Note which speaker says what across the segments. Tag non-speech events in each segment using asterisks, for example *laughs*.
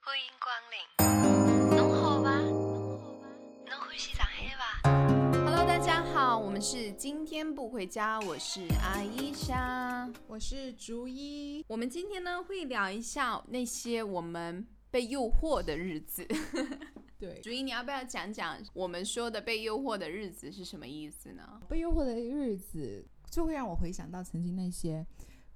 Speaker 1: 欢迎光临。侬好伐？侬欢喜上海伐？
Speaker 2: Hello，大家好，我们是今天不回家，我是阿伊莎。
Speaker 3: 我是竹一，
Speaker 2: 我们今天呢会聊一下那些我们被诱惑的日子。 *laughs*
Speaker 3: 对
Speaker 2: 竹一，你要不要讲讲我们说的被诱惑的日子是什么意思呢？
Speaker 3: 被诱惑的日子，就会让我回想到曾经那些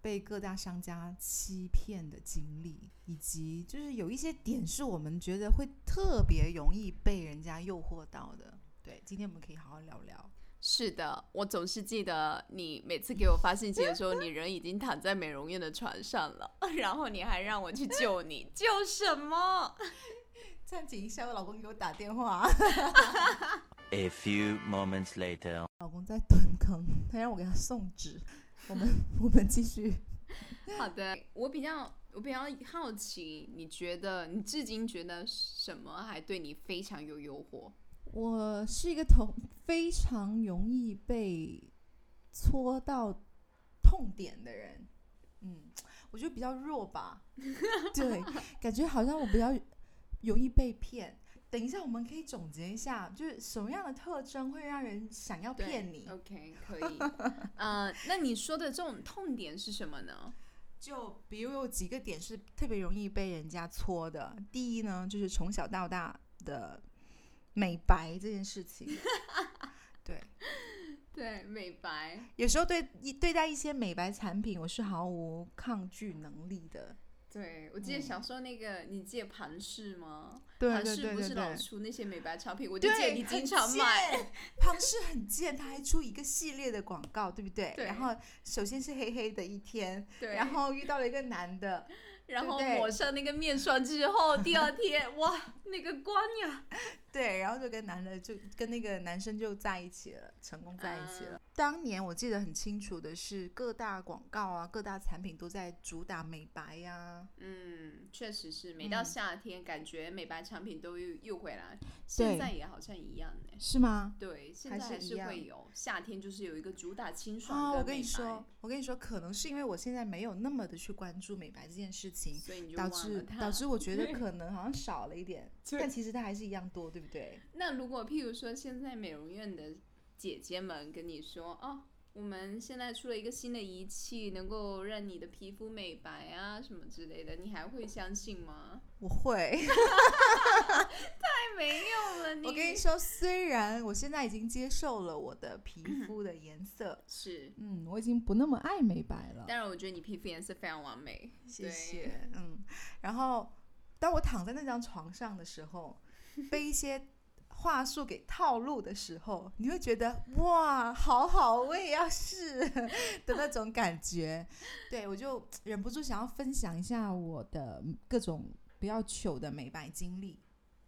Speaker 3: 被各大商家欺骗的经历，以及就是有一些点是我们觉得会特别容易被人家诱惑到的。对，今天我们可以好好聊聊。
Speaker 2: 是的，我总是记得你每次给我发信息的时候，你人已经躺在美容院的床上了， *laughs* 然后你还让我去救你， *laughs* 救什么？
Speaker 3: 暂停一下，我老公给我打电话，
Speaker 4: A few moments later.
Speaker 3: 老公在蹲坑，他让我给他送纸。我们 *laughs* 我们继续。
Speaker 2: 好的，我比较我比较好奇，你觉得你至今觉得什么还对你非常有诱惑？
Speaker 3: 我是一个同非常容易被戳到痛点的人，嗯，我觉得比较弱吧，对，感觉好像我比较容易被骗。等一下，我们可以总结一下，就是什么样的特征会让人想要
Speaker 2: 对嗯
Speaker 3: 骗你？
Speaker 2: ？OK，可以。 *laughs* 呃，那你说的这种痛点是什么呢？
Speaker 3: 就比如有几个点是特别容易被人家搓的。第一呢，就是从小到大的美白这件事情，对，
Speaker 2: 对，美白。
Speaker 3: 有时候对一对待一些美白产品，我是毫无抗拒能力的。
Speaker 2: 对，我记得小时候那个，你记得盘氏吗？
Speaker 3: 对
Speaker 2: 盘
Speaker 3: 对
Speaker 2: 氏
Speaker 3: 对
Speaker 2: 不
Speaker 3: 对
Speaker 2: 是老
Speaker 3: 对，
Speaker 2: 出那些美白产品，我就记得
Speaker 3: 对，
Speaker 2: 你
Speaker 3: 很
Speaker 2: 经常买。
Speaker 3: 贱。庞氏很贱，他还出一个系列的广告，对不对？
Speaker 2: 对
Speaker 3: 然后首先是黑黑的一天，
Speaker 2: 对，
Speaker 3: 然后遇到了一个男的，
Speaker 2: 然后
Speaker 3: 对对
Speaker 2: 抹上那个面霜之后，第二天哇，那个光呀！
Speaker 3: 对，然后就跟男的就跟那个男生就在一起了，成功在一起
Speaker 2: 啊
Speaker 3: 了。当年我记得很清楚的是，各大广告啊，各大产品都在主打美白呀、
Speaker 2: 嗯，确实是，每到
Speaker 3: 嗯
Speaker 2: 夏天，感觉美白产品都又又回来，
Speaker 3: 对
Speaker 2: 现在也好像一样呢。
Speaker 3: 是吗？
Speaker 2: 对，现
Speaker 3: 还
Speaker 2: 在
Speaker 3: 是
Speaker 2: 还
Speaker 3: 一
Speaker 2: 是会
Speaker 3: 样
Speaker 2: 有夏天，就是有一个主打清爽
Speaker 3: 啊，
Speaker 2: 跟
Speaker 3: 我跟
Speaker 2: 美
Speaker 3: 你
Speaker 2: 白
Speaker 3: 说，我跟你说，可能是因为我现在没有那么的去关注美白这件事情，
Speaker 2: 所以你就
Speaker 3: 导
Speaker 2: 忘了
Speaker 3: 致
Speaker 2: 它。
Speaker 3: 导致我
Speaker 2: *laughs*
Speaker 3: 觉得可能好像少了一点，
Speaker 2: 对
Speaker 3: 但其实它还是一样多，对不对？
Speaker 2: 那如果譬如说现在美容院的姐姐们跟你说，哦，我们现在出了一个新的仪器，能够让你的皮肤美白啊什么之类的，你还会相信吗？
Speaker 3: 我会，
Speaker 2: 太没用了，你
Speaker 3: 我跟你说，虽然我现在已经接受了我的皮
Speaker 2: 嗯
Speaker 3: 肤的颜色，
Speaker 2: 是，
Speaker 3: 嗯，我已经不那么爱美白了，
Speaker 2: 当然我觉得你皮肤颜色非常完美，
Speaker 3: 谢
Speaker 2: 对
Speaker 3: 谢，嗯。然后当我躺在那张床上的时候，被一些话术给套路的时候，你会觉得哇，好好，我也要试 *laughs* 的那种感觉。对我就忍不住想要分享一下我的各种比较糗的美白经历。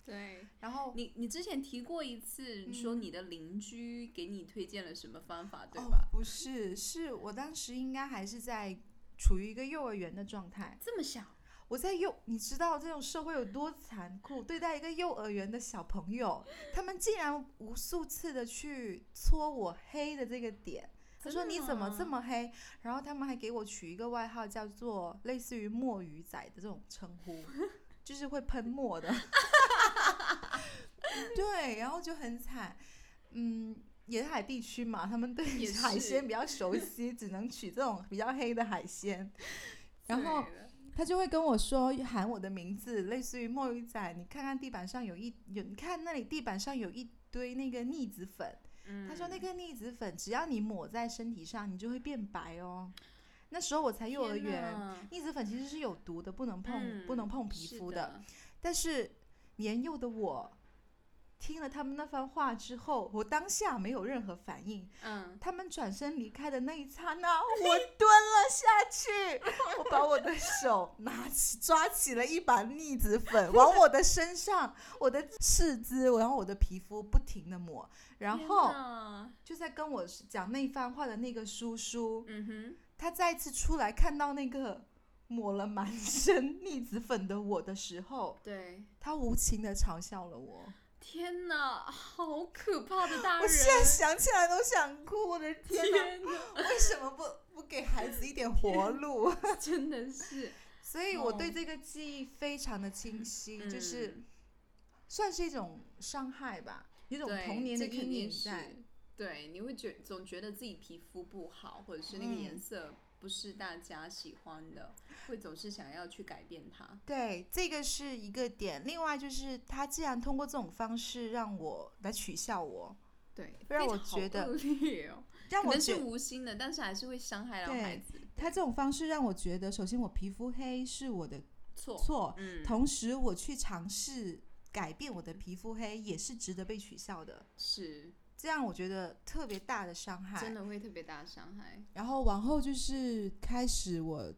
Speaker 2: 对。
Speaker 3: 然后
Speaker 2: 你你之前提过一次，说
Speaker 3: 哦嗯
Speaker 2: 你的邻居给你推荐了什么方法，对
Speaker 3: 哦
Speaker 2: 吧？，
Speaker 3: 不是，是我当时应该还是在处于一个幼儿园的状态。
Speaker 2: 这么小，
Speaker 3: 我在幼，你知道这种社会有多残酷？对待一个幼儿园的小朋友，他们竟然无数次的去搓我黑的这个点。他说
Speaker 2: 真的
Speaker 3: 你怎么这
Speaker 2: 吗
Speaker 3: 么黑？然后他们还给我取一个外号，叫做类似于墨鱼仔的这种称呼，就是会喷墨的。 *laughs* 对，然后就很惨。嗯，沿海地区嘛，他们对
Speaker 2: 也
Speaker 3: 海鲜
Speaker 2: 是
Speaker 3: 比较熟悉，只能取这种比较黑的海鲜。然后
Speaker 2: 对了
Speaker 3: 他就会跟我说喊我的名字，类似于墨鱼仔，你看看地板上有一有，你看那里地板上有一堆那个腻子粉，
Speaker 2: 嗯
Speaker 3: 他说那个腻子粉只要你抹在身体上，你就会变白哦。那时候我才幼儿
Speaker 2: 天
Speaker 3: 园，
Speaker 2: 哪
Speaker 3: 腻子粉其实是有毒的，不能碰，不
Speaker 2: 嗯
Speaker 3: 能
Speaker 2: 是
Speaker 3: 碰皮肤
Speaker 2: 的，
Speaker 3: 但是年幼的我听了他们那番话之后，我当下没有任何反应，
Speaker 2: 嗯，
Speaker 3: 他们转身离开的那一
Speaker 2: *laughs*
Speaker 3: 刹那，我蹲了下去，我把我的手拿起，抓起了一把腻
Speaker 2: *laughs*
Speaker 3: 子粉，往我的身上、我的四肢，然后我的皮肤不停的抹。然
Speaker 2: 天
Speaker 3: 后
Speaker 2: 哪
Speaker 3: 就在跟我讲那番话的那个叔叔，
Speaker 2: 嗯哼，
Speaker 3: 他再次出来看到那个抹了满身腻子粉的我的时候，
Speaker 2: 对，
Speaker 3: 他无情的嘲笑了我。
Speaker 2: 天哪，好可怕的大人！
Speaker 3: 我现在想起来都想哭，我的天哪！
Speaker 2: *laughs* 天哪，
Speaker 3: 为什么不不给孩子一点活路？
Speaker 2: 真的是
Speaker 3: 所以我对
Speaker 2: 哦
Speaker 3: 这个记忆非常的清晰，就是
Speaker 2: 嗯
Speaker 3: 算是一种伤害吧，一种
Speaker 2: 对
Speaker 3: 童年的
Speaker 2: 这肯
Speaker 3: 阴
Speaker 2: 定
Speaker 3: 影在
Speaker 2: 是。对，你会觉总觉得自己皮肤不好，或者是那个颜
Speaker 3: 嗯
Speaker 2: 色不是大家喜欢的，会总是想要去改变它。
Speaker 3: 对，这个是一个点。另外就是，他既然通过这种方式让我来取笑我，
Speaker 2: 对，
Speaker 3: 让
Speaker 2: 非
Speaker 3: 我
Speaker 2: 常好
Speaker 3: 觉得
Speaker 2: 恶劣哦，
Speaker 3: 让
Speaker 2: 可
Speaker 3: 我
Speaker 2: 能是
Speaker 3: 觉
Speaker 2: 无心的，但是还是会伤害到孩
Speaker 3: 对
Speaker 2: 子。
Speaker 3: 他这种方式让我觉得，首先我皮肤黑是我的
Speaker 2: 错，
Speaker 3: 错，
Speaker 2: 嗯，
Speaker 3: 同时我去尝试改变我的皮肤黑也是值得被取笑的。
Speaker 2: 是
Speaker 3: 这样我觉得特别大的伤害。
Speaker 2: 真的会特别大伤害。
Speaker 3: 然后往后就是开始我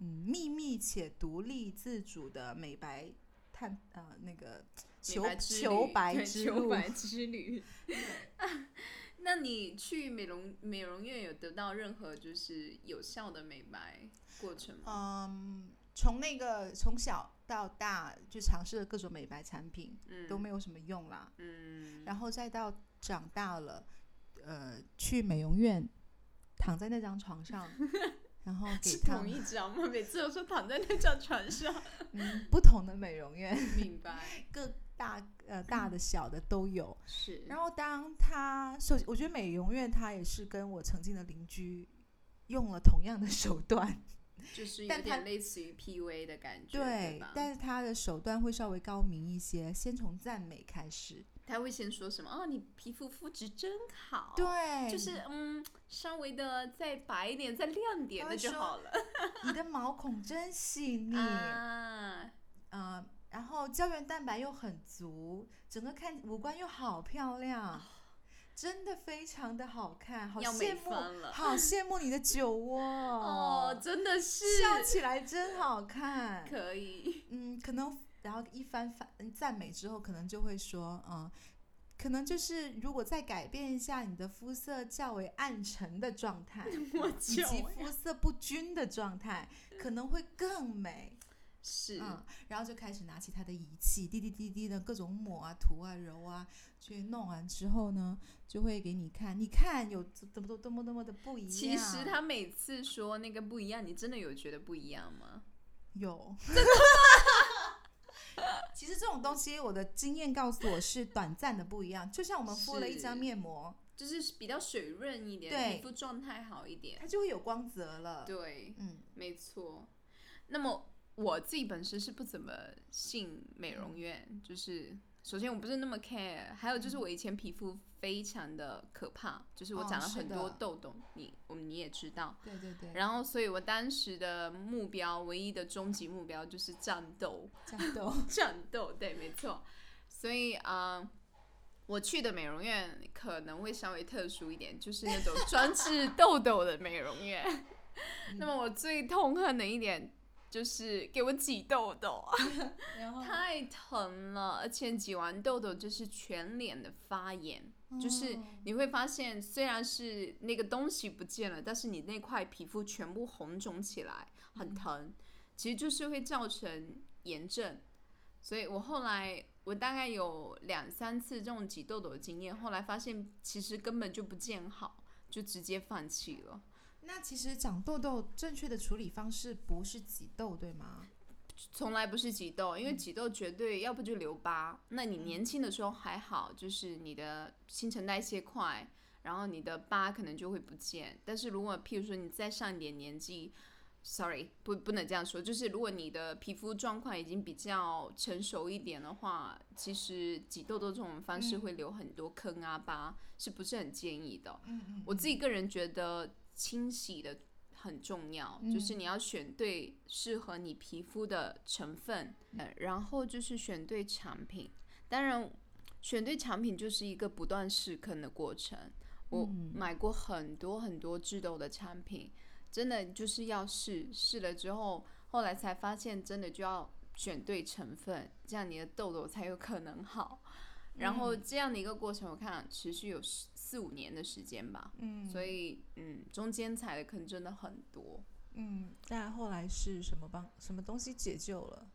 Speaker 3: 嗯秘密且独立自主的美白探呃那个求
Speaker 2: 美白之
Speaker 3: 求
Speaker 2: 旅
Speaker 3: 白
Speaker 2: 对
Speaker 3: 之
Speaker 2: 求
Speaker 3: 路。 *laughs*
Speaker 2: 白之旅。 *laughs* 那你去美容美容院有得到任何就是有效的美白过程吗？
Speaker 3: 嗯，从那个从小到大就尝试了各种美白产品，
Speaker 2: 嗯，
Speaker 3: 都没有什么用啦。
Speaker 2: 嗯，
Speaker 3: 然后再到长大了，呃，去美容院躺在那张
Speaker 2: *laughs*
Speaker 3: 床上，然后给
Speaker 2: 是
Speaker 3: 他
Speaker 2: *laughs* 同一张吗？每次都说躺在那张床上，
Speaker 3: 嗯不同的美容院，
Speaker 2: 明白？
Speaker 3: 各大呃大
Speaker 2: 嗯
Speaker 3: 的小的都有。
Speaker 2: 是，
Speaker 3: 然
Speaker 2: 后
Speaker 3: 后当他首，我觉得美容院他也是跟我曾经的邻居用了同样的手段，
Speaker 2: 就是有
Speaker 3: 但他
Speaker 2: 点类似于 PUA 的感 *laughs* 觉，对
Speaker 3: 对
Speaker 2: 吧，？
Speaker 3: 但是他的手段会稍微高明一些，先从赞美开始，
Speaker 2: 他会先说什么？哦，你皮肤肤质真好，，
Speaker 3: 对，
Speaker 2: 哦就是嗯，稍微的再白一点，再亮点，
Speaker 3: 他
Speaker 2: 那
Speaker 3: 会
Speaker 2: 就
Speaker 3: 说
Speaker 2: 好了。
Speaker 3: 你的毛孔真细腻，嗯、
Speaker 2: 啊，
Speaker 3: 然后胶原蛋白又很足，整个看五官又好漂亮。真的非常的好看，好
Speaker 2: 哦要美
Speaker 3: 羡慕
Speaker 2: 翻，了
Speaker 3: 好羡慕你的酒窝
Speaker 2: 哦，真的是
Speaker 3: 笑起来真好看。
Speaker 2: 可
Speaker 3: *laughs*
Speaker 2: 以，
Speaker 3: 嗯，可能然后一番反嗯赞美之后，可能就会说，嗯，可能就是如果再改变一下你的肤色较为暗沉的状态，
Speaker 2: *laughs* 我
Speaker 3: 以
Speaker 2: 就
Speaker 3: 及肤色不均的状态，可能会更美。
Speaker 2: 是
Speaker 3: 嗯，然后就开始拿起他的仪器，滴滴滴滴的各种抹啊、涂啊、揉啊，去弄完之后呢，就会给你看，你看有怎么多多么多么的不一样。
Speaker 2: 其实他每次说那个不一样，你真的有觉得不一样吗？
Speaker 3: 有。 *laughs* 其实这种东西，我的经验告诉我是短暂的不一样。就像我们敷了一张
Speaker 2: 是
Speaker 3: 面膜，
Speaker 2: 就是比较水润一点，
Speaker 3: 对
Speaker 2: 皮肤状态好一点。
Speaker 3: 它就会有光泽了。
Speaker 2: 对，
Speaker 3: 嗯，
Speaker 2: 没错。那么我自己本身是不怎么信美容院，就是首先我不是那么 care，还有就是我以前皮肤非常的可怕，就是我
Speaker 3: 哦
Speaker 2: 长了
Speaker 3: 是
Speaker 2: 很多
Speaker 3: 的
Speaker 2: 痘痘，你我们你也知道。
Speaker 3: 对对对，
Speaker 2: 然后，所以我当时的目标，唯一的终极目标就是战斗。
Speaker 3: 战
Speaker 2: *laughs*
Speaker 3: 斗。
Speaker 2: 战斗，对，没错。所以啊、呃我去的美容院可能会稍微特殊一点，就是那 *laughs* 种专治痘痘的美容院。 *laughs* 那么我最痛恨的一点就是给我挤痘痘，啊
Speaker 3: 然 *laughs* 后
Speaker 2: 太疼了，而且挤完痘痘就是全脸的发炎。就是
Speaker 3: 哦
Speaker 2: 你会发现，虽然是那个东西不见了，但是你那块皮肤全部红肿起来，很疼，其实就是会造成炎症。所以我后来我大概有两三次这种挤痘痘的经验，后来发现其实根本就不见好，就直接放弃了。
Speaker 3: 那其实长痘痘正确的处理方式不是挤痘，对吗？
Speaker 2: 从来不是挤痘，
Speaker 3: 嗯
Speaker 2: 因为挤痘绝对要不就留疤。那你年轻的时候还好，就是你的新陈代谢快，然后你的疤可能就会不见。但是如果譬如说你再上一点年纪，sorry，不不能这样说，就是如果你的皮肤状况已经比较成熟一点的话，其实挤痘痘这种方
Speaker 3: 嗯
Speaker 2: 式会留很多坑啊疤，是不是很建议的？
Speaker 3: 嗯嗯
Speaker 2: 我自己个人觉得清洗的很重要，就是你要选对适合你皮肤的成分，呃然后就是选对产品。当然，选对产品就是一个不断试坑的过程。我买过很多很多治痘的产品，真的就是要试，试了之后，后来才发现真的就要选对成分，这样你的痘痘才有可能好。然后这样的一个过程，我看持续有十四五年的时间吧，
Speaker 3: 嗯
Speaker 2: 所以嗯，中间踩的坑真的很多。
Speaker 3: 嗯，但后来是什么帮什么东西解救了？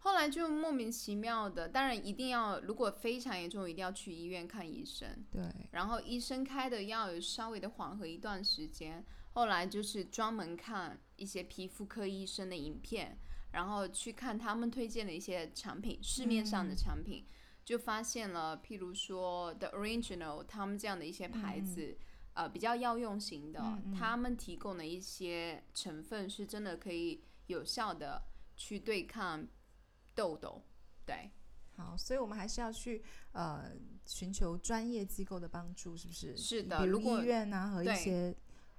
Speaker 2: 后来就莫名其妙的，当然一定要，如果非常严重，一定要去医院看医生。
Speaker 3: 对，
Speaker 2: 然后医生开的药有稍微的缓和一段时间，后来就是专门看一些皮肤科医生的影片，然后去看他们推荐的一些产品，市面上
Speaker 3: 嗯
Speaker 2: 的产品，就发现了，譬如说 The Original 他们这样的一些牌子，呃，比较药用型的，
Speaker 3: 嗯嗯
Speaker 2: 他们提供的一些成分是真的可以有效的去对抗痘痘，对。
Speaker 3: 好，所以我们还是要去呃寻求专业机构的帮助，是不是？
Speaker 2: 是的
Speaker 3: 比
Speaker 2: 如果
Speaker 3: 医院啊和一
Speaker 2: 对
Speaker 3: 些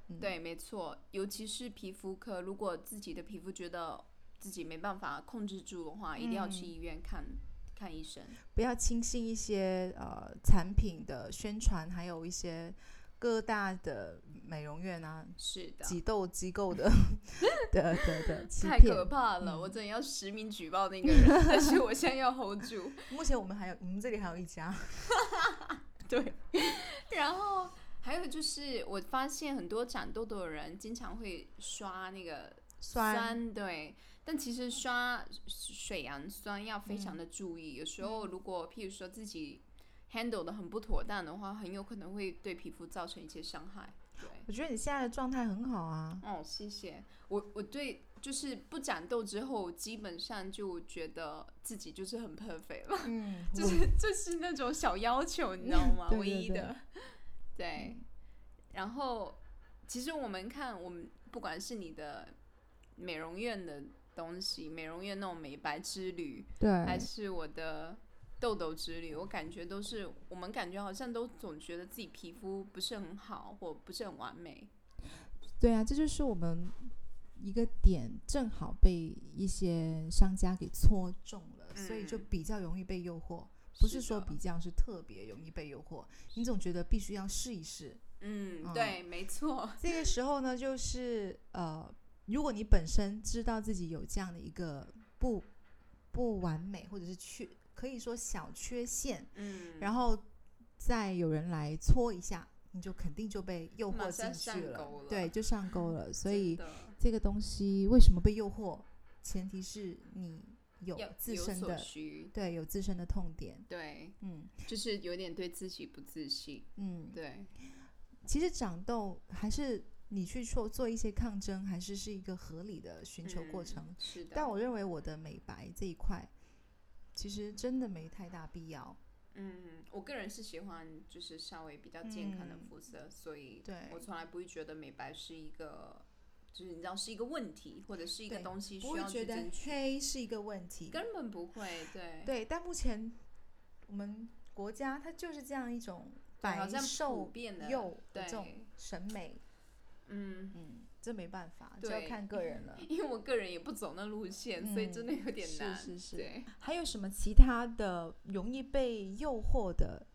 Speaker 3: 嗯
Speaker 2: 对，没错，尤其是皮肤科，如果自己的皮肤觉得自己没办法控制住的话，一定要去
Speaker 3: 嗯
Speaker 2: 医院看看医生。
Speaker 3: 不要轻信一些呃产品的宣传，还有一些各大的美容院啊、
Speaker 2: 是的，
Speaker 3: 挤痘机
Speaker 2: *laughs*
Speaker 3: 构的的的的欺
Speaker 2: 太可
Speaker 3: 骗。
Speaker 2: 怕了，我真的要实名举报那个人，但是我现在要 hold 住。
Speaker 3: 目前我们还有我们这里还有一家，
Speaker 2: 对，然后还有就是，我发现很多长痘痘的人经常会刷那个
Speaker 3: 酸
Speaker 2: 对，但其实刷水杨酸要非
Speaker 3: 嗯
Speaker 2: 常的注意，有时候如果譬如说自己 handle 的很不妥当的话，很有可能会对皮肤造成一些伤害。对，
Speaker 3: 我觉得你现在的状态很好啊。
Speaker 2: 哦，谢谢。我我对就是不长痘之后，基本上就觉得自己就是很 perfect 了， *laughs*
Speaker 3: 嗯，
Speaker 2: 就
Speaker 3: 我
Speaker 2: 是就是那种小要求，你知道吗？
Speaker 3: *laughs* 对对
Speaker 2: 唯一
Speaker 3: 对
Speaker 2: 的，对。然后其实我们看，我们不管是你的美容院的东西，美容院那种美白之旅，还
Speaker 3: 对，
Speaker 2: 是我的。痘痘之旅，我感觉都是我们感觉好像都总觉得自己皮肤不是很好，或不是很完美。
Speaker 3: 对啊，这就是我们一个点，正好被一些商家给戳中了，所以就
Speaker 2: 嗯
Speaker 3: 比较容易被诱惑。不是说
Speaker 2: 的
Speaker 3: 比较，是特别容易被诱惑。你总觉得必须要试一试。
Speaker 2: 嗯，
Speaker 3: 嗯
Speaker 2: 对，没错，
Speaker 3: 这个时候呢，就是呃，如果你本身知道自己有这样的一个不不完美，或者是缺，可以说小缺陷，
Speaker 2: 嗯，
Speaker 3: *laughs* 然后再有人来搓一下，你就肯定就被诱
Speaker 2: 马
Speaker 3: 惑
Speaker 2: 上
Speaker 3: 进
Speaker 2: 上
Speaker 3: 去了，
Speaker 2: 钩了
Speaker 3: 对，就上钩
Speaker 2: *laughs*
Speaker 3: 了。所
Speaker 2: 真
Speaker 3: 以
Speaker 2: 的
Speaker 3: 这个东西为什么被诱惑？前提是你有
Speaker 2: 要
Speaker 3: 自
Speaker 2: 有
Speaker 3: 身
Speaker 2: 所
Speaker 3: 的
Speaker 2: 需，
Speaker 3: 对有自身的痛点，
Speaker 2: 对，
Speaker 3: 嗯
Speaker 2: 就是有点对自己不自信，
Speaker 3: 嗯，
Speaker 2: 对，
Speaker 3: 其实长痘还是你去做做一些抗争，还是是一个合理的寻求过
Speaker 2: 嗯
Speaker 3: 程。
Speaker 2: 是的，
Speaker 3: 但我认为我的美白这一块，其实真的没太大必要。
Speaker 2: 嗯，我个人是喜欢就是稍微比较健康的
Speaker 3: 嗯
Speaker 2: 肤色，所以
Speaker 3: 对
Speaker 2: 我从来不会觉得美白是一个，就是你知道是一个问题，或者是一个
Speaker 3: 对
Speaker 2: 东西需
Speaker 3: 不会
Speaker 2: 要
Speaker 3: 觉
Speaker 2: 去
Speaker 3: 得
Speaker 2: 争取，
Speaker 3: 黑是一个问题。
Speaker 2: 根本不会，对，
Speaker 3: 对，但目前我们国家它就是这样一种
Speaker 2: 对好
Speaker 3: 白
Speaker 2: 像普
Speaker 3: 瘦
Speaker 2: 遍的
Speaker 3: 幼的
Speaker 2: 对
Speaker 3: 这种审美，
Speaker 2: 嗯。 *laughs*
Speaker 3: 嗯，这没办法，这要
Speaker 2: 对
Speaker 3: 看个
Speaker 2: *laughs*
Speaker 3: 人了。嗯
Speaker 2: 因为我个人也不走那路线，所以真的有点
Speaker 3: 是
Speaker 2: 难。
Speaker 3: 是啊是
Speaker 2: 对，
Speaker 3: 还有什么其他的容易被诱惑的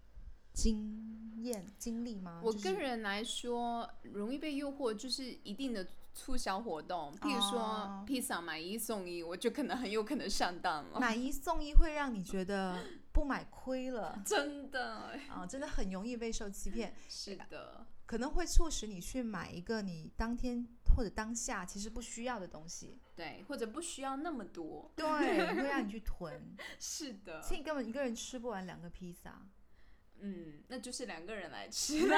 Speaker 3: 经验经历吗？
Speaker 2: 我
Speaker 3: 就
Speaker 2: 个
Speaker 3: 是
Speaker 2: 人来说，容易被诱惑就是一定的促销活动，譬如说
Speaker 3: 哦
Speaker 2: 披萨买一送一，我就可能很有可能上当了。
Speaker 3: 买一送一会让你觉得不买亏 *laughs*
Speaker 2: *laughs*
Speaker 3: 了
Speaker 2: 真的
Speaker 3: 啊，真的很容易被受欺骗，
Speaker 2: 是的，
Speaker 3: 可能会促使你去买一个你当天或者当下其实不需要的东西，
Speaker 2: 对，或者不需要那么多。
Speaker 3: 对，会让你去囤，
Speaker 2: 是的，
Speaker 3: 其实你根本一个人吃不完两个披萨，
Speaker 2: 嗯，那就是两个人来吃 *laughs* 了。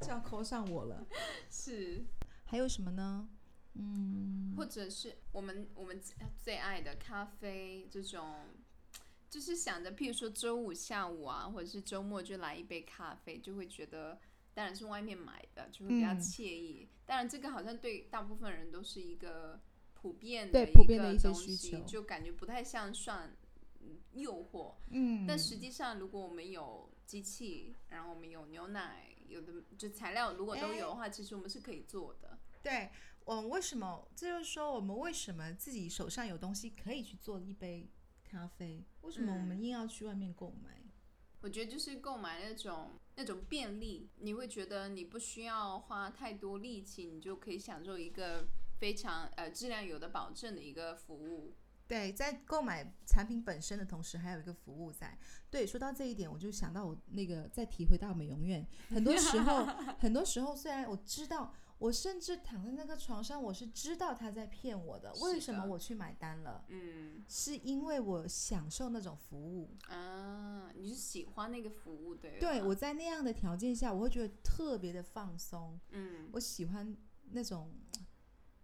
Speaker 3: 这样扣上我了。
Speaker 2: 是，
Speaker 3: 还有什么呢？嗯，
Speaker 2: 或者是我们我们最爱的咖啡这种，就是想着，譬如说周五下午啊，或者是周末就来一杯咖啡，就会觉得当然是外面买的，就会比较
Speaker 3: 嗯
Speaker 2: 惬意。当然，这个好像对大部分人都是一个普遍
Speaker 3: 对
Speaker 2: 一
Speaker 3: 普遍
Speaker 2: 个
Speaker 3: 的一些
Speaker 2: 东
Speaker 3: 需
Speaker 2: 西
Speaker 3: 求
Speaker 2: 就感觉不太像算嗯诱惑。
Speaker 3: 嗯，
Speaker 2: 但实际上，如果我们有机器，然后我们有牛奶，有的就材料如果都有的
Speaker 3: 哎
Speaker 2: 话，其实我们是可以做的。
Speaker 3: 对，我们为什么？这就是说，我们为什么自己手上有东西可以去做一杯咖啡？为什么我们硬要去外面购买？
Speaker 2: 我觉得就是购买那种那种便利，你会觉得你不需要花太多力气，你就可以享受一个非常呃质量有的保证的一个服务。
Speaker 3: 对，在购买产品本身的同时，还有一个服务在。对，说到这一点，我就想到我那个再提回到美容院，很多
Speaker 2: *laughs*
Speaker 3: 时候，很多时候虽然我知道，我甚至躺在那个床上，我是知道他在骗我的，为
Speaker 2: 是
Speaker 3: 什么
Speaker 2: 的
Speaker 3: 我去买单了？
Speaker 2: 嗯
Speaker 3: 是因为我享受那种服务。
Speaker 2: 啊，你是喜欢那个服务对吧？
Speaker 3: 对，我在那样的条件下，我会觉得特别的放松。
Speaker 2: 嗯
Speaker 3: 我喜欢那种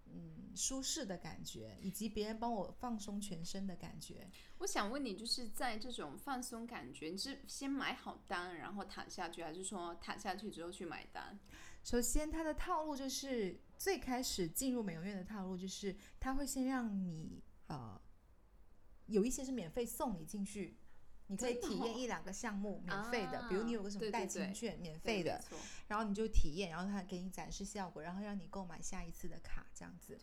Speaker 3: 嗯舒适的感觉，以及别人帮我放松全身的感觉。
Speaker 2: 我想问你，就是在这种放松感觉，你是先买好单然后躺下去，还是说躺下去之后去买单？
Speaker 3: 首先，它的套路就是最开始进入美容院的套路就是，它会先让你呃有一些是免费送你进去，你可以
Speaker 2: 真的
Speaker 3: 体
Speaker 2: 哦
Speaker 3: 验一两个项目免费的，比如你有个什
Speaker 2: 啊对
Speaker 3: 么
Speaker 2: 对
Speaker 3: 代
Speaker 2: 对
Speaker 3: 金券免
Speaker 2: 对
Speaker 3: 费的
Speaker 2: 没，错
Speaker 3: 然后你就体验，然后他给你展示效果，然后让你购买下一次的卡，这样子。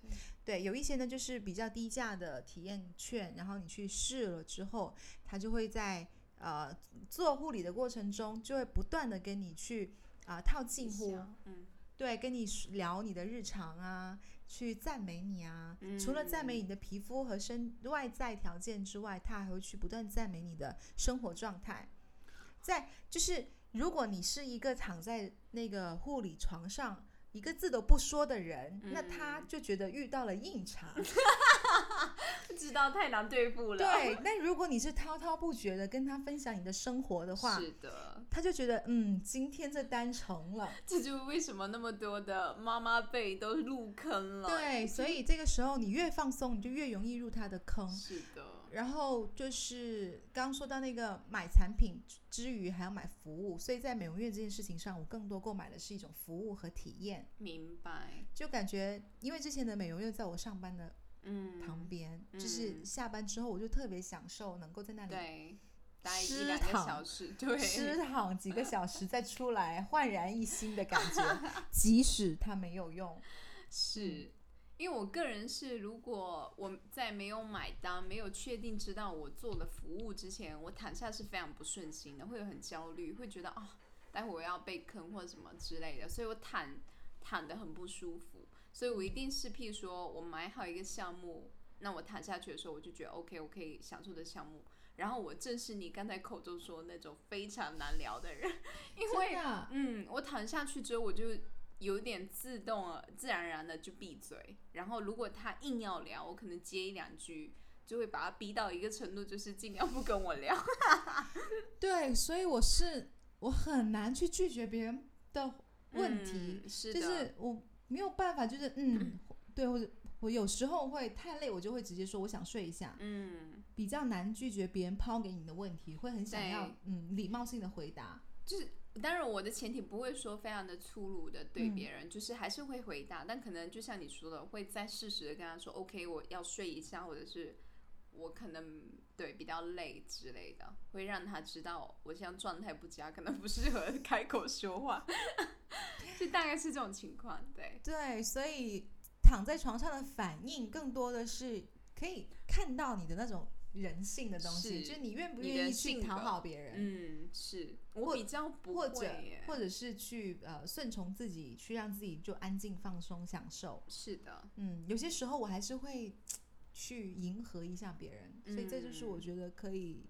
Speaker 3: 对，有一些呢就是比较低价的体验券，然后你去试了之后，他就会在呃做护理的过程中，就会不断的跟你去啊、套近乎，
Speaker 2: 嗯，
Speaker 3: 对，跟你聊你的日常啊，去赞美你啊。
Speaker 2: 嗯
Speaker 3: 除了赞美你的皮肤和身外在条件之外，他还会去不断赞美你的生活状态。在就是，如果你是一个躺在那个护理床上一个字都不说的人，那他
Speaker 2: 嗯
Speaker 3: 就觉得遇到了
Speaker 2: *laughs*
Speaker 3: 硬茬。
Speaker 2: 不知道太难对付了。
Speaker 3: 对，那如果你是滔滔不绝的跟他分享你的生活的话，
Speaker 2: 是的，
Speaker 3: 他就觉得嗯，今天这单成了。
Speaker 2: 这就是为什么那么多的妈妈辈都入坑了。，
Speaker 3: 对，所以这个时候你越放松，你就越容易入他的坑。
Speaker 2: 是的，
Speaker 3: 然后就是刚刚说到那个买产品之余还要买服务，所以在美容院这件事情上，我更多购买的是一种服务和体验。
Speaker 2: 明白。
Speaker 3: 就感觉，因为之前的美容院在我上班的
Speaker 2: 嗯，
Speaker 3: 旁边，就是
Speaker 2: 嗯
Speaker 3: 下班之后我就特别享受能够在那里
Speaker 2: 对，待一
Speaker 3: 吃
Speaker 2: 两个
Speaker 3: 糖
Speaker 2: 小时，对， *laughs*
Speaker 3: 吃躺几个小时，再出来焕然一新的感觉，即使它没有用。
Speaker 2: 是，因为我个人是，如果我在没有买单、没有确定知道我做的服务之前，我躺下是非常不顺心的，会很焦虑，会觉得啊、待会我要被坑或者什么之类的，所以我躺躺得很不舒服。所以我一定是，譬如说我买好一个项目，那我躺下去的时候，我就觉得 OK，我可以享受这项目。然后我正是你刚才口中说那种非常难聊的人， *laughs* 因为
Speaker 3: 真的啊
Speaker 2: 嗯，我躺下去之后，我就有点自动呃自然而然的就闭嘴。然后如果他硬要聊，我可能接一两句，就会把他逼到一个程度，就是尽量不跟我聊。
Speaker 3: 对，所以我是我很难去拒绝别人的 *laughs* 问题。
Speaker 2: 嗯、是的，
Speaker 3: 就是我没有办法，就是嗯，对，或者我有时候会太累，我就会直接说我想睡一下，
Speaker 2: 嗯，
Speaker 3: 比较难拒绝别人抛给你的问题，会很想要
Speaker 2: 对
Speaker 3: 嗯礼貌性的回答。
Speaker 2: 就是当然我的前提不会说非常的粗鲁的对
Speaker 3: 嗯
Speaker 2: 别人，就是还是会回答，但可能就像你说的，会再适时的跟他说 OK，我要睡一下，或者是。我可能对比较累之类
Speaker 3: *laughs*
Speaker 2: 的，会让他知道我现在状态不佳，可能不适合开口说
Speaker 3: *laughs*
Speaker 2: 话，就大概是这种情况。对，
Speaker 3: 对，所以躺在床上的反应更多的是可以看到你的那种人性的东西，
Speaker 2: 是
Speaker 3: 就是你愿不
Speaker 2: 你
Speaker 3: 愿
Speaker 2: 的
Speaker 3: 意
Speaker 2: 性
Speaker 3: 去讨
Speaker 2: 格
Speaker 3: 好别人。
Speaker 2: 嗯，是我
Speaker 3: 或
Speaker 2: 比较不
Speaker 3: 或
Speaker 2: 会
Speaker 3: 者
Speaker 2: 耶，
Speaker 3: 或者是去呃顺从自己，去让自己就安静放松享受。
Speaker 2: 是的，
Speaker 3: 嗯，有些时候我还是会去迎合一下别人，所以这就是我
Speaker 2: 嗯
Speaker 3: 觉得可以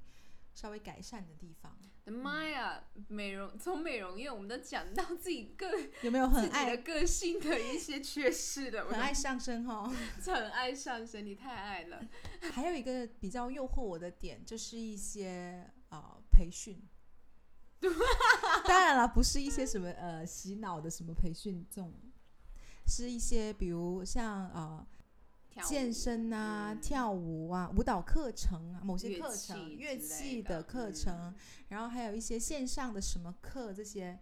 Speaker 3: 稍微改善的地方。
Speaker 2: 我的妈呀，美容从美容院，我们都讲到自己个
Speaker 3: 有没有
Speaker 2: 自
Speaker 3: 很
Speaker 2: 己的
Speaker 3: 爱
Speaker 2: 个性的一些缺失的，我
Speaker 3: 很爱上身哈、
Speaker 2: *laughs* 很爱上身，你太爱了。
Speaker 3: 还有一个比较诱惑我的点就是一些呃
Speaker 2: *laughs*
Speaker 3: 培训。当然了，不是一些什么呃洗脑的什么培训这种，是一些比如像呃
Speaker 2: 跳舞
Speaker 3: 健身啊、
Speaker 2: 嗯
Speaker 3: 跳舞啊、舞蹈课程啊，某些
Speaker 2: 乐
Speaker 3: 课
Speaker 2: 器
Speaker 3: 程、
Speaker 2: 之
Speaker 3: 乐
Speaker 2: 类
Speaker 3: 器
Speaker 2: 的
Speaker 3: 课
Speaker 2: 嗯
Speaker 3: 程，然后还有一些线上的什么课，这些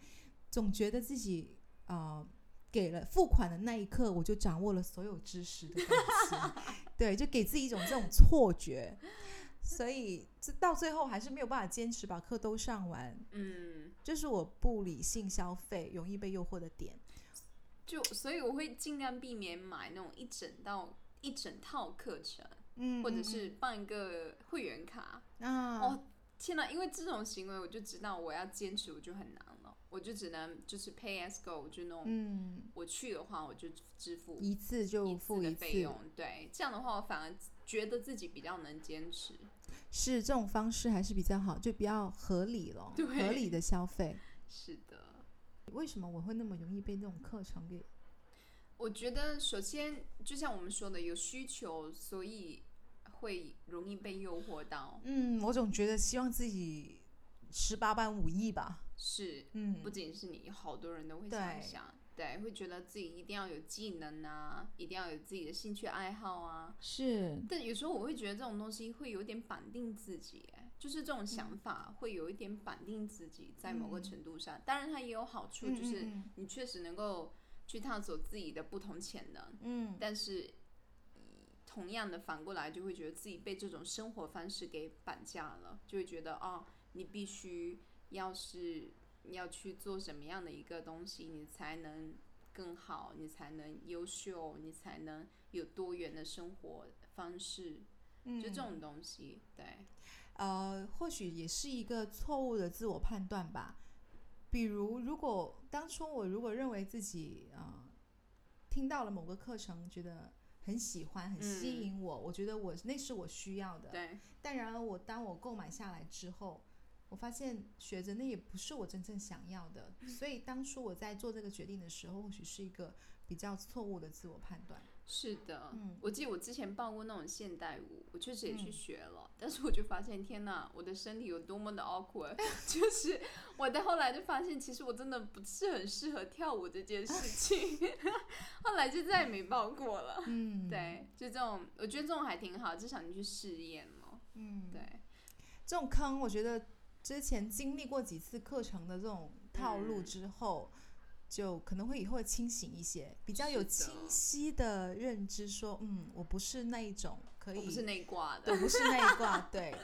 Speaker 3: 总觉得自己呃给了付款的那一刻，我就掌握了所有知识的感
Speaker 2: *laughs*
Speaker 3: 觉，对，就给自己一种这种错觉，所以这到最后还是没有办法坚持把课都上完，
Speaker 2: 嗯，
Speaker 3: 这是我不理性消费容易被诱惑的点。
Speaker 2: 就所以我会尽量避免买那种一整道一整套课程，
Speaker 3: 嗯
Speaker 2: 或者
Speaker 3: 嗯
Speaker 2: 是办一个会员卡。
Speaker 3: 嗯啊，
Speaker 2: 哦天哪，因为这种行为，我就知道我要坚持，我就很难了，我就只能就是 pay as go，就那种、
Speaker 3: 嗯，
Speaker 2: 我去的话，我就支付
Speaker 3: 一次就付
Speaker 2: 的
Speaker 3: 一
Speaker 2: 费用。对，这样的话，我反而觉得自己比较能坚持。
Speaker 3: 是这种方式还是比较好，就比较合理咯，
Speaker 2: 对
Speaker 3: 合理的消费。
Speaker 2: 是的。
Speaker 3: 为什么我会那么容易被那种课程给？
Speaker 2: 我觉得首先就像我们说的，有需求，所以会容易被诱惑到。
Speaker 3: 嗯，我总觉得希望自己十八般武艺吧。
Speaker 2: 是，
Speaker 3: 嗯
Speaker 2: 不仅是你，有好多人都会这样
Speaker 3: 对
Speaker 2: 想。对，会觉得自己一定要有技能啊，一定要有自己的兴趣爱好啊。
Speaker 5: 是
Speaker 2: 但有时候我会觉得这种东西会有点绑定自己，哎就是这种想法会有一点绑定自己，在某个
Speaker 3: 嗯
Speaker 2: 程度上。当然，它也有好处，就是
Speaker 3: 嗯
Speaker 2: 你确实能够去探索自己的不同潜能，
Speaker 3: 嗯
Speaker 2: 但是呃同样的反过来就会觉得自己被这种生活方式给绑架了，就会觉得哦，你必须要是你要去做什么样的一个东西，你才能更好，你才能优秀，你才能有多元的生活方式，
Speaker 3: 嗯
Speaker 2: 就这种东西，对，
Speaker 3: 呃，或许也是一个错误的自我判断吧。比如，如果当初我如果认为自己啊、呃听到了某个课程，觉得很喜欢、很吸
Speaker 2: 嗯
Speaker 3: 引我，我觉得我那是我需要的。
Speaker 2: 对，
Speaker 3: 但然而我，当我购买下来之后，我发现学着那也不是我真正想要的，
Speaker 2: 嗯
Speaker 3: *laughs* 所以当初我在做这个决定的时候，或许是一个比较错误的自我判
Speaker 2: *laughs*
Speaker 3: 断。
Speaker 2: 是的，
Speaker 3: 嗯
Speaker 2: 我记得我之前报过那种现代舞，我确实也去
Speaker 3: 嗯
Speaker 2: 学了，但是我就发现，天呐，我的身体有多么的 awkward，就是 *laughs* 我到后来就发现，其实我真的不是很适合跳舞这件事情， *laughs* 后来就再也没报过了。*laughs*
Speaker 3: 嗯，，
Speaker 2: 对，就这种，我觉得这种还挺好，至少你去试验嘛。
Speaker 3: 嗯，
Speaker 2: 对，
Speaker 3: 这种坑，我觉得之前经历过几次课程的这种套路
Speaker 2: 嗯
Speaker 3: 之后，就可能会以后清醒一些，比较有
Speaker 2: 是的
Speaker 3: 清晰的认知说，嗯，我不是那一种可以，
Speaker 2: 我不是内挂的
Speaker 3: 对，。我不是那一挂，
Speaker 2: *laughs*
Speaker 3: 对，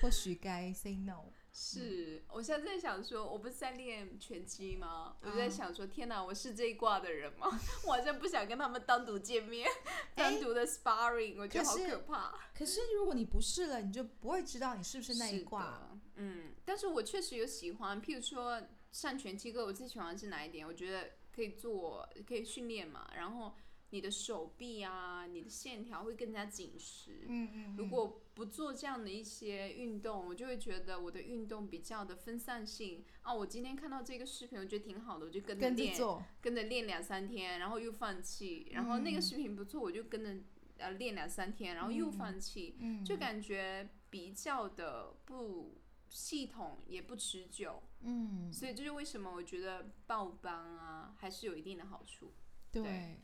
Speaker 3: 或许该 say no。
Speaker 2: 是我现在在想说，我不是在练拳击吗？我就
Speaker 3: 啊
Speaker 2: 在想说，天哪，我是这一挂的人吗？ *laughs* 我好像不想跟他们单独见面，
Speaker 3: 哎
Speaker 2: 单独的 sparring，我觉得好
Speaker 3: 可是
Speaker 2: 可怕。
Speaker 3: 可是如果你不是了，你就不会知道你是不是那一挂。
Speaker 2: 的，嗯，但是我确实有喜欢，譬如说上拳击课，我最喜欢的是哪一点？我觉得可以做，可以训练嘛，然后你的手臂啊，你的线条会更加紧实，
Speaker 3: 嗯嗯
Speaker 2: 如果不做这样的一些运动，我就会觉得我的运动比较的分散性啊。我今天看到这个视频，我觉得挺好的，我就跟着
Speaker 3: 跟着
Speaker 2: 练，
Speaker 3: 做，
Speaker 2: 跟着练两三天，然后又放弃。然后那
Speaker 3: 嗯
Speaker 2: 个视频不错，我就跟着呃练两三天，然后又放弃，
Speaker 3: 嗯
Speaker 2: 就感觉比较的不系统，也不持久。
Speaker 3: 嗯，
Speaker 2: 所以这就为什么我觉得报班啊还是有一定的好处。
Speaker 3: 对，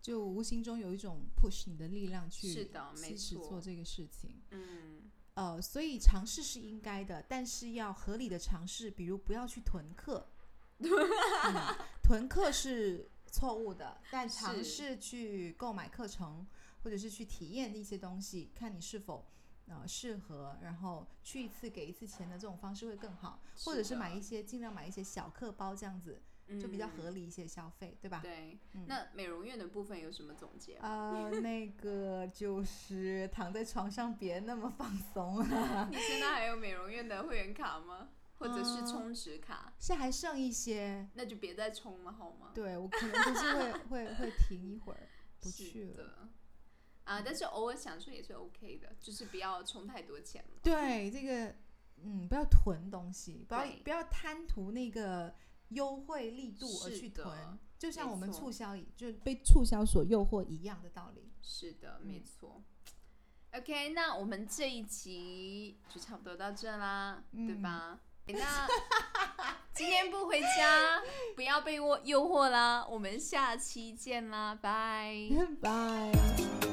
Speaker 3: 就无形中有一种 push 你的力量去
Speaker 2: 是的没
Speaker 3: 支持
Speaker 2: 错
Speaker 3: 做这个事情。
Speaker 2: 嗯，
Speaker 3: 呃，所以尝试是应该的，但是要合理的尝试，比如不要去囤
Speaker 2: *laughs*
Speaker 3: 课，嗯囤课是错误的，但尝
Speaker 2: 是
Speaker 3: 试去购买课程或者是去体验一些东西，看你是否。呃，适合，然后去一次给一次钱的这种方式会更好，或
Speaker 2: 是
Speaker 3: 者是买
Speaker 2: 的
Speaker 3: 一些尽量买一些小课包这样子，就比较
Speaker 2: 嗯
Speaker 3: 合理一些消费，对吧？
Speaker 2: 对，
Speaker 3: 嗯
Speaker 2: 那美容院的部分有什么总结吗？
Speaker 3: 呃，那个就是躺在床上别那么放松啊。
Speaker 2: 你现在还有美容院的会员卡吗？或者
Speaker 3: 啊
Speaker 2: 是充值卡？
Speaker 3: *laughs* 现在还剩一些，
Speaker 2: 那就别再充了好吗？
Speaker 3: 对我可能就是会会会停一会儿，不去
Speaker 2: 是
Speaker 3: 了。
Speaker 2: 的。啊，但是偶尔享受也是 OK 的，就是不要充太多钱了。
Speaker 3: 对这个，嗯，不要囤东西，不要
Speaker 2: 对
Speaker 3: 不要贪图那个优惠力度而
Speaker 2: 是
Speaker 3: 去
Speaker 2: 的
Speaker 3: 囤，就像
Speaker 2: 没
Speaker 3: 我们
Speaker 2: 错
Speaker 3: 促销一就被促销所诱惑一样的道理。
Speaker 2: 是的，
Speaker 3: 嗯
Speaker 2: 没错。OK，那我们这一集就差不多到这啦，对
Speaker 3: 嗯
Speaker 2: 吧？那 *laughs* 今天不回家，不
Speaker 3: *laughs*
Speaker 2: 要被诱诱惑啦，我们下期见啦，拜。
Speaker 5: 拜。